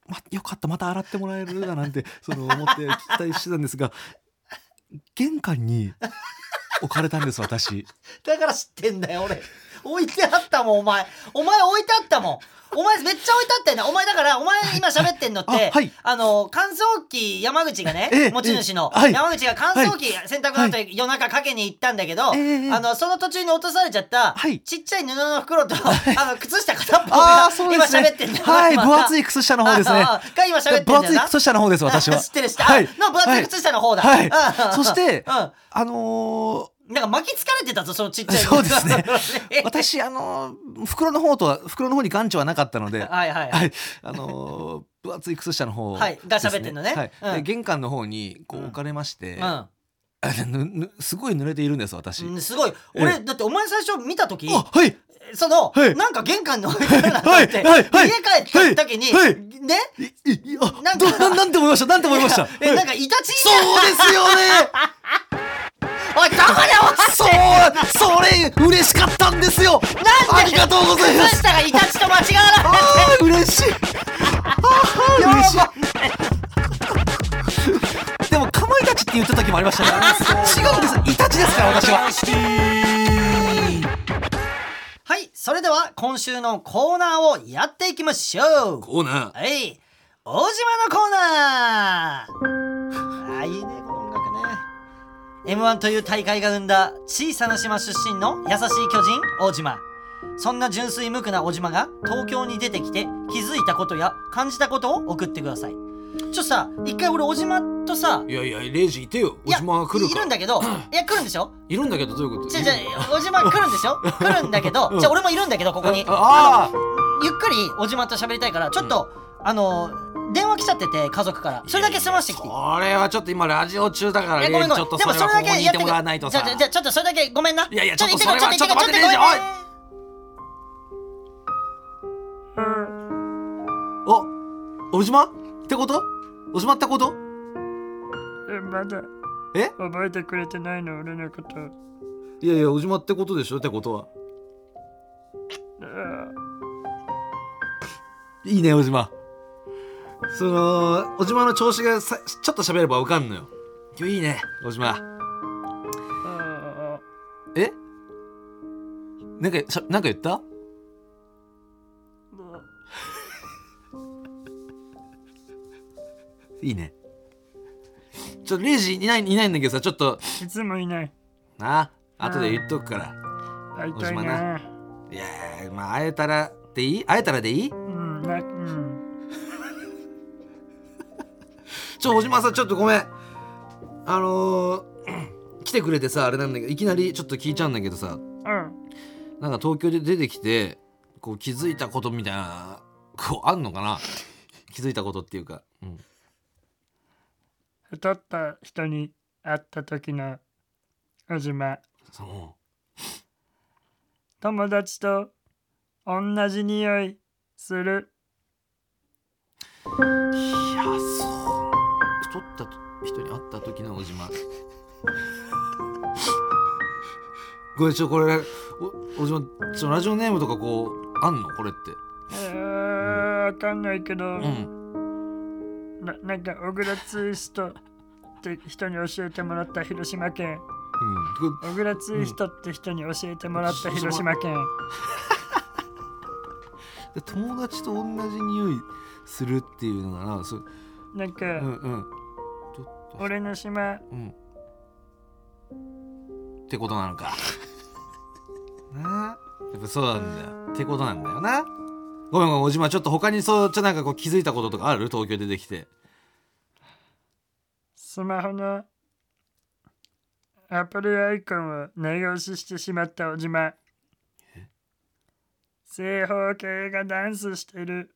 ま、よかったまた洗ってもらえるだなんてその思って期待してたんですが玄関に置かれたんです 私だから知ってんだよ俺置いてあったもんお前お前置いてあったもんお前めっちゃ置いてあったよねお前だからお前今喋ってんのってあはいあの乾燥機山口がえねえ持ち主の、ええはい山口が乾燥機、洗濯の後に夜中かけに行ったんだけど、ええええあのその途中に落とされちゃった、はいちっちゃい布の袋と、あの靴下片っぽあがあそうで今すね喋ってんだよはい今分厚い靴下の方ですねああが今喋ってんだよ分な厚い靴下の方です 私はあ知ってる知ってる、はあいの分厚い靴下の方だ、はいうんうんそしてうんあのなんか巻きつかれてたぞそのちっちゃいそうで すねね私あの袋の方とは袋の方に眼長はなかったのではいはいははいい、あのー分厚い靴下の方はいが喋ってんのねですはいうんで玄関の方にこううん置かれまして、あうのぬすごい濡れているんです私。んうん、すごいええ俺だってお前最初見た時あはいその、はいなんか玄関の上からはなんいて、はいはい家帰った時に、はいねいいいあなんどかななんて思いましたなんて思いました。えはいなんかイタチそうですよね おいどこで落ちそうそれ嬉しかったんですよありがとうございまましすたがイタチと間違わなあいー嬉しいあー嬉しいでもかまいたちって言った時もありましたね違うんですイタチですから私ははいそれでは今週のコーナーをやっていきましょうコーナはい大島のコーナーあーいいねこの音楽ね M1 という大会が生んだ小さな島出身の優しい巨人大島そんな純粋無垢な小島が東京に出てきて気づいたことや感じたことを送ってくださいちょっとさ一回俺小島とさいやいや、レイジいてよ。いおやじまが来るいかるんだけ どいや来るんでしょいるんだけど、どういうことじゃじゃ小島来るんでしょ来るんだけ どじゃ俺もいるんだけどここにあゆっくり小島と喋りたいからちょっと、あの電話来ちゃってて家族からそれだけ済ましてきていいあ俺はちょっと今、ラジオ中だから、レえイごめんジごめんちょっとでそもれそはれだけここにいやっててくもらわないとじゃさあ。じゃあじゃあちょっとそれだけごめんないいやいやちょっとそれは行けちょっと待ってねちょっと行けお、おじまってことおじまってことえまだえ覚えてくれてないの俺のこといやいや、おじまってことでしょってことは。あいいね、おじま。その、おじまの調子がさちょっと喋ればわかんのよ。今日いいね、おじま。あえなんかしゃ、なんか言ったいいね。ちょっとレイジいないいないんだけどさ、ちょっと、いつもいないなあ、後で言っとくから。会いたいおしまいないないやー、まあ、会えたらでいい会えたらでいいうんなうんちょ、小島さん、ちょっとごめん。あのー、来てくれてさ、あれなんだけど、いきなりちょっと聞いちゃうんだけどさ、うんなんか東京で出てきて、こう気づいたことみたいな、こうあんのかな気づいたことっていうか。うん太った人に会った時の小島そ友達と同じ匂いするういや、そう。太った人に会った時の小島。ごめん、ちょ、これ、お小島、ちょ、ラジオネームとかこう、あんのこれって。えーわかんないけど、うん。ななんか小倉ツイストって人に教えてもらった広島県うん。小倉ツイストって人に教えてもらったうん広島県で友達と同じ匂いするっていうのがなそなんか、うんうん俺の島ってことなの かなあやっぱそうなんだよってことなんだよなごめんごめんおじまちょっと他にそうちょっとなんかこう気づいたこととかある東京出てきてスマホのアプリアイコンを長押ししてしまったおじま正方形がダンスしてる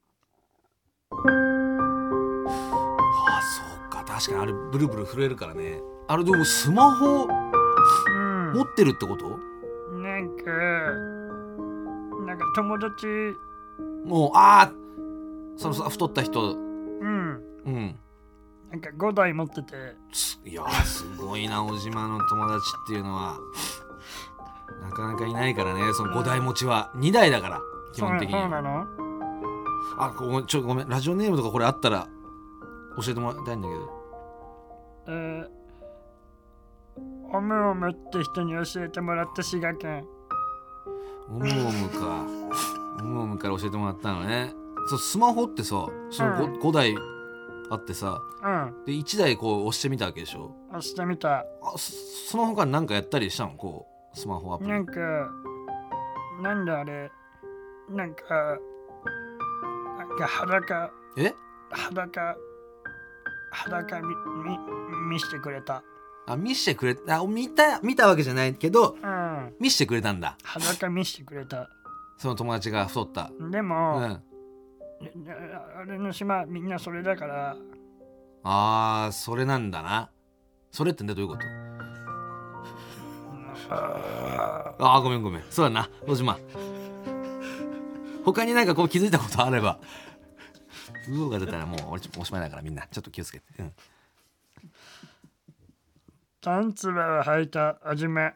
ああそうか確かにあれブルブル震えるからねあれでもスマホうん持ってるってことなんかなんか友達もうああそのさ太った人うんうんなんか5台持っててすいやーすごいな小島の友達っていうのはなかなかいないからねその5台持ちは2台だから基本的にそうそうなのあごめんちょごめんラジオネームとかこれあったら教えてもらいたいんだけどえー、オムオムって人に教えてもらった滋賀県オムオムかオムオムから教えてもらったのねそうスマホってさその 5,、うん五台あってさうんで1台こう押してみたわけでしょ押してみたあそその他に何かやったりしたのこうスマホアプリなんかなんだあれなんかなんか裸え裸裸みみ見してくれたあ見してくれあ見た見たわけじゃないけどうん見してくれたんだ裸見してくれたその友達が太ったでうんも、あいや俺の島みんなそれだからあーそれなんだなそれってねどういうことああごめんごめんそうだな小島他になんかこう気づいたことあれば うおが出たらもう俺ちょおしまいだからみんなちょっと気をつけて、うん、タンツバを履いたおじめ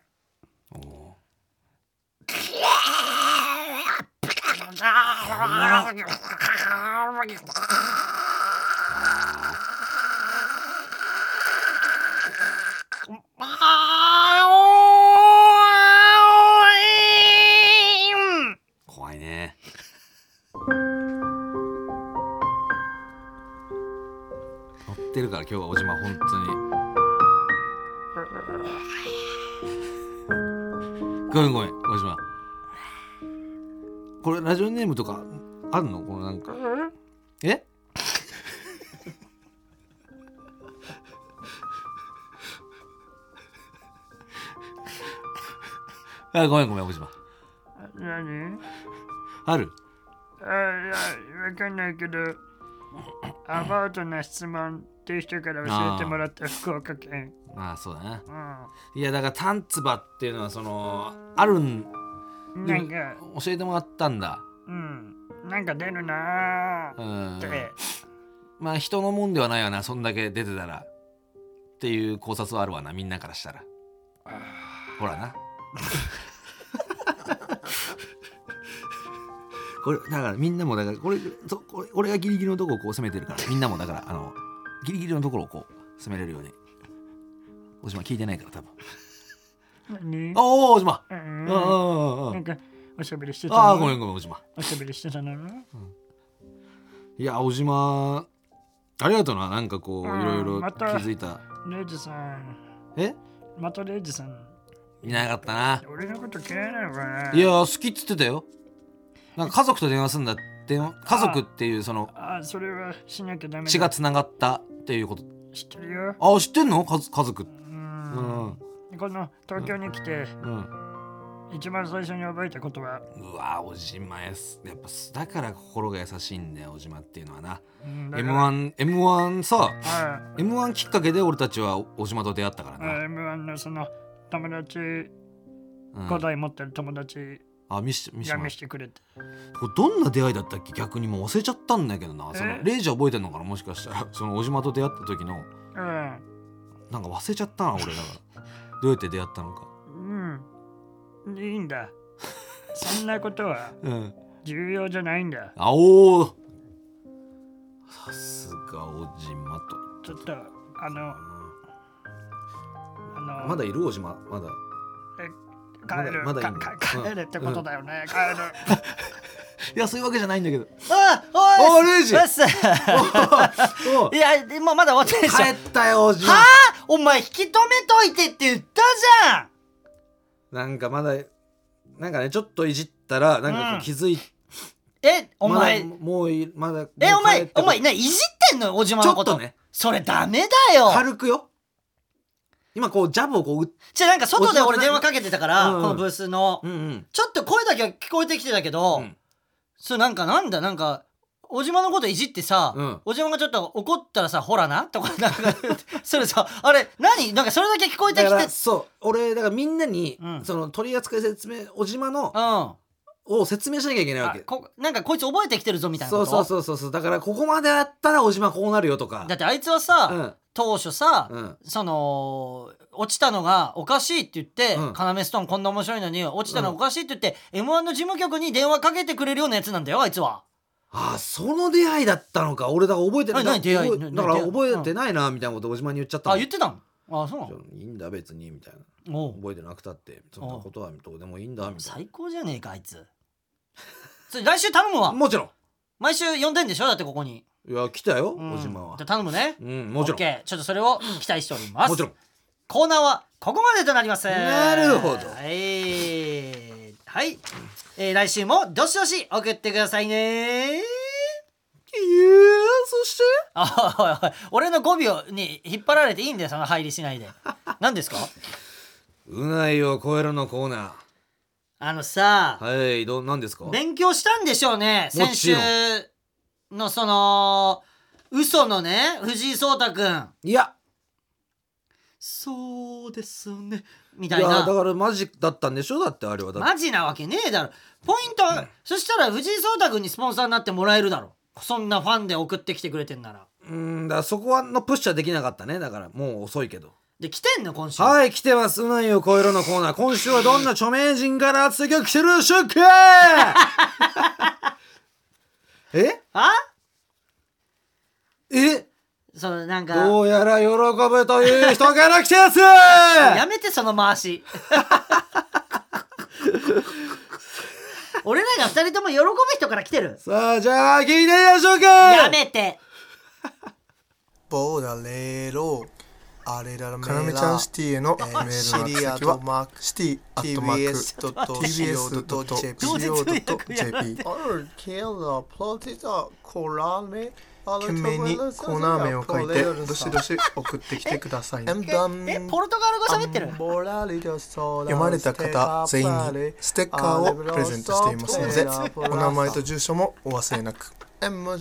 怖いね乗ってるから今日は小島本当にごめんごめん小島これラジオネームとかあるのこのなんかえあごめんごめん小島何あるあいやわかんないけどアバウトな質問っていう人から教えてもらった福岡県まあそうだなういやだからタンツバっていうのはそのあるんんなんか教えてもらったんだうんなんか出るなうーんってまあ人のもんではないわなそんだけ出てたらっていう考察はあるわなみんなからしたらほらなこれだからみんなもだからこれそこれ俺がギリギリのとこをこう攻めてるからみんなもだからあのギリギリのところをこう攻めれるようにおじま聞いてないから多分何おおおじまううんんうんうんうなんんかおしゃべりしてたのああごめんごめんおじまおしゃべりしてたのいや、小島、ありがとうな、なんかこう、うんいろいろま気たづいた。レイジさんえまたレイジさんいなかったな。俺のこと嫌いなのかないいや、好きっつってたよ。なんか家族と電話すんだって、家族っていうそのあそれはしなきゃダメだ血がつながったっていうこと。知ってるよあ、知ってんの家族家族。ううんん。この東京に来てうん。一番最初に覚えたことはうわ、小島やす。やっぱ、だから心が優しいんだよ、小島っていうのはな。うんだから M1、M1 さ、はい M1 きっかけで俺たちは小島と出会ったからな。 M1 のその友達、うん5台持ってる友達あ、見して、見してがもら見うせ。てくれて。これどんな出会いだったっけ逆にもう忘れちゃったんだけどなそのえレイジ覚えてんのかなもしかしたらその小島と出会った時のうん。なんか忘れちゃったな 俺だからどうやって出会ったのかうん。いいん だ。そんなことはうん重要じゃないんだ。あおーさすが小島とちょっと、あの、あの、まだいる小島まだ帰る、まだまだいいんだかか帰れってことだよね、帰る。いやそういうわけじゃないんだけどあおー おーレイジうっすおういやでもまだ終わってないでしょ帰ったよおじはまあお前引き止めといてって言ったじゃんなんかまだなんかねちょっといじったらなんかこうんう気づいて、えお前、まだもういまだえもおう帰っ前てお前ねいじってんのよおじまちょのっこととねそれダメだよ軽くよ今こうジャブをこう打っじゃあなんか外でおじま俺の電話かけてたから、うんこのブースの、うんうんちょっと声だけは聞こえてきてたけど、うんそうなんかなんだなんかおじまのこといじってさ、うんおじまがちょっと怒ったらさほらなとかなんかそれさあれ何なんかそれだけ聞こえてだきかてらそう俺だからみんなに、うんその取扱説明おじまのうんあを説明しなきゃいけないわけこなんかこいつ覚えてきてるぞみたいなそこうとそうそうそうそうだからここまであったらおじまこうなるよとかだってあいつはさ、うん当初さ、うんその落ちたのがおかしいって言ってうん「要、ストーンこんな面白いのに落ちたのおかしい」って言って、m 1の事務局に電話かけてくれるようなやつなんだよあいつは。あその出会いだったのか俺だから覚えてない何何出会い覚え何だから出会い覚えてないなみたいなことをおじまに言っちゃったのあ言ってたのあそうなのいいんだ別にみたいなおう覚えてなくたってそんなことはどうでもいいんだみたい最高じゃねえかあいつ。それ来週頼むなわもちろん毎週呼んでんでしょだってここに。いや来たようんおじまはじゃあ頼むね。うんもちオッろんケーちょっとそれを期待しております。もちろんコーナーはここまでとなりますなるほどはい、はいえー来週もどしどし送ってくださいねそしてあおいおい俺の語尾をに引っ張られていいんだよその入りしないで何ですかうないを超えるのコーナあのさ、ーはいどうなんですか勉強したんでしょうねも先ち週ろんのその嘘のね藤井聡太君いやそうですねみいたいやなだからマジだったんでしょだってあれはだってマジなわけねえだろポイントは、そしたら藤井聡太君にスポンサーになってもらえるだろそんなファンで送ってきてくれてんならうんだからそこはのプッシュはできなかったねだからもう遅いけどで来てんの今週はい来てますうないを超えるのコーナー今週はどんな著名人から熱い曲来てるでしょ うかえあえそのなんかどうやら喜ぶという人から来たや つやめてその回 し俺らが二人とも喜ぶ人から来てるさあじゃあ聞いてみましょうかやめてボーダレーロあれらめかなめちゃんシティへのメールのシ宛リア先とはマークシティアットマーク tbs.co.jp tbs.co.jp 懸命にコーナー名を書いてどしどし送ってきてくだ さいねえポルトガル語喋ってる読まれた方全員にステッカーをプレゼントしていますのでお名前と住所もお忘れなくまま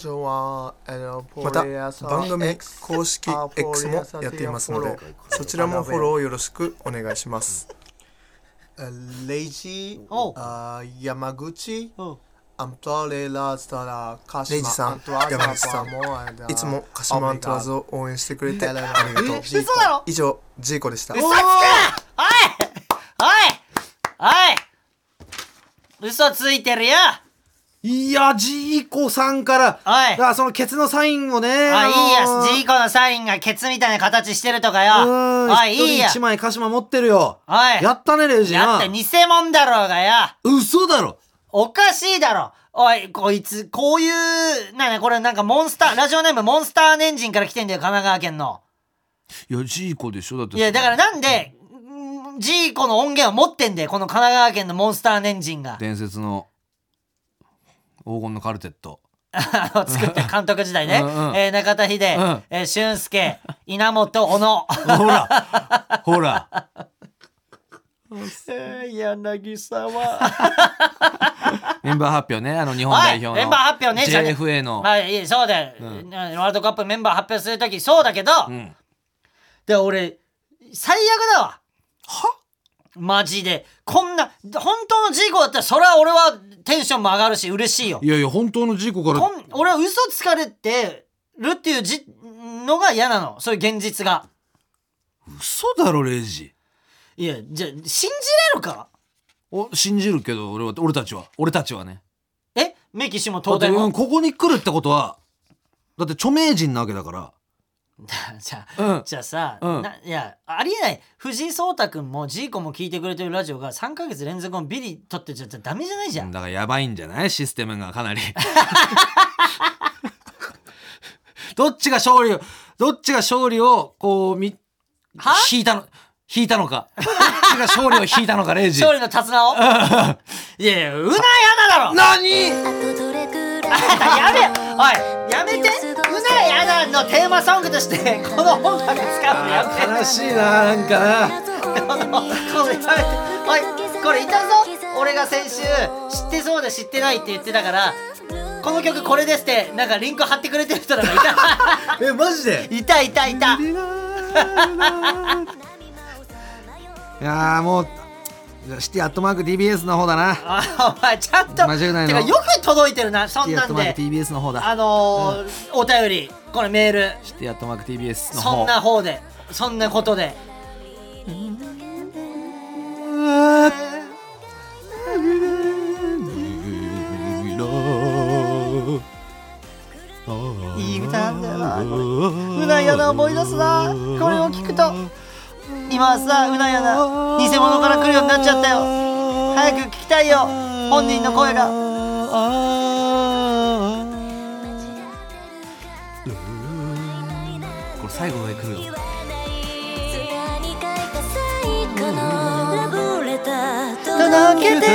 た番組公式 X もやっていますのでそちらもフォローをよろしくお願いしますレイジおうあー山口おうアントレラスタラカシマレイジさんアントワルダ山口さんパモアダいつも鹿島アントラーズを応援してくれてありがとう嘘だろ以上ジーコでした嘘つくおいおいおい嘘ついてるよいやジーコさんからおいあそのケツのサインをねああいのいーやジーコのサインがケツみたいな形してるとかうよーんおい一人いいや一枚鹿島持ってるよおいやったねレイジやっなて偽物だろうがよ嘘だろおかしいだろおい、こいつ、こういう、なにこれなんかモンスター、ラジオネームモンスターネンジンから来てんだよ、神奈川県の。いや、ジーコでしょだっていや、だからなんで、んジーコの音源を持ってんだよ、この神奈川県のモンスターネンジンが。伝説の黄金のカルテット。あの作った監督時代ね。うんうんえー中田秀、んえー俊介、稲本、小野。ほら ほら柳沢。メンバー発表ね、あの日本は代い、表の。メンバー発表ね、 JFA の。まあいい、そうだよ、ワールドカップメンバー発表するとき、そうだけど、うん。で俺最悪だわはマジでこんな本当のジーコだったらそれは俺はテンションも上がるし嬉しいよいやいや、本当のジーコからこん俺は嘘つかれてるっていうじのが嫌なのそういう現実が嘘だろ、レイジ。いやじゃあ信じれるかお信じるけど、俺は、俺たちは。俺たちはね。えメキシもだ東って、大うもんここに来るってことは、だって著名人なわけだか じゃあ、ら。うん。じゃあさ、うんないやありえない藤井聡太君もジーコも聞いてくれてるラジオが3か月連続のビリ取ってちゃダメじゃないじゃんだからやばいんじゃないシステムがかなり。 どっちが勝利を、どっちが勝利を、こう、み、引いたの、引いたのか。どっちが勝利を引いたのか、レイジ。勝利の手綱をいやいやうなやだろ 何やめおいやめてうなやだのテーマソングとしてこの音楽使うのやめて悲しいな、なんかな。このこれやめておいこれいたぞ俺が先週知ってそうで知ってないって言ってたからこの曲これですってなんかリンク貼ってくれてる人なんかいえ、マ ジでたいたいたいたいやーもう、じゃあシティアットマーク TBS の方だな。あお前ちゃんと間違いないてのかよく届いてるなそんシティアなットんマーでク TBS の方だ。あのーお便りこれメールシティアットマーク TBS の方。そんな方でそんなことでいい歌なんだよなこれうなやな思い出すなこれを聞くと今さうなやな偽物から来るようになっちゃったよ早く聞きたいよ本人の声がこれ最後まで来るよ。届けて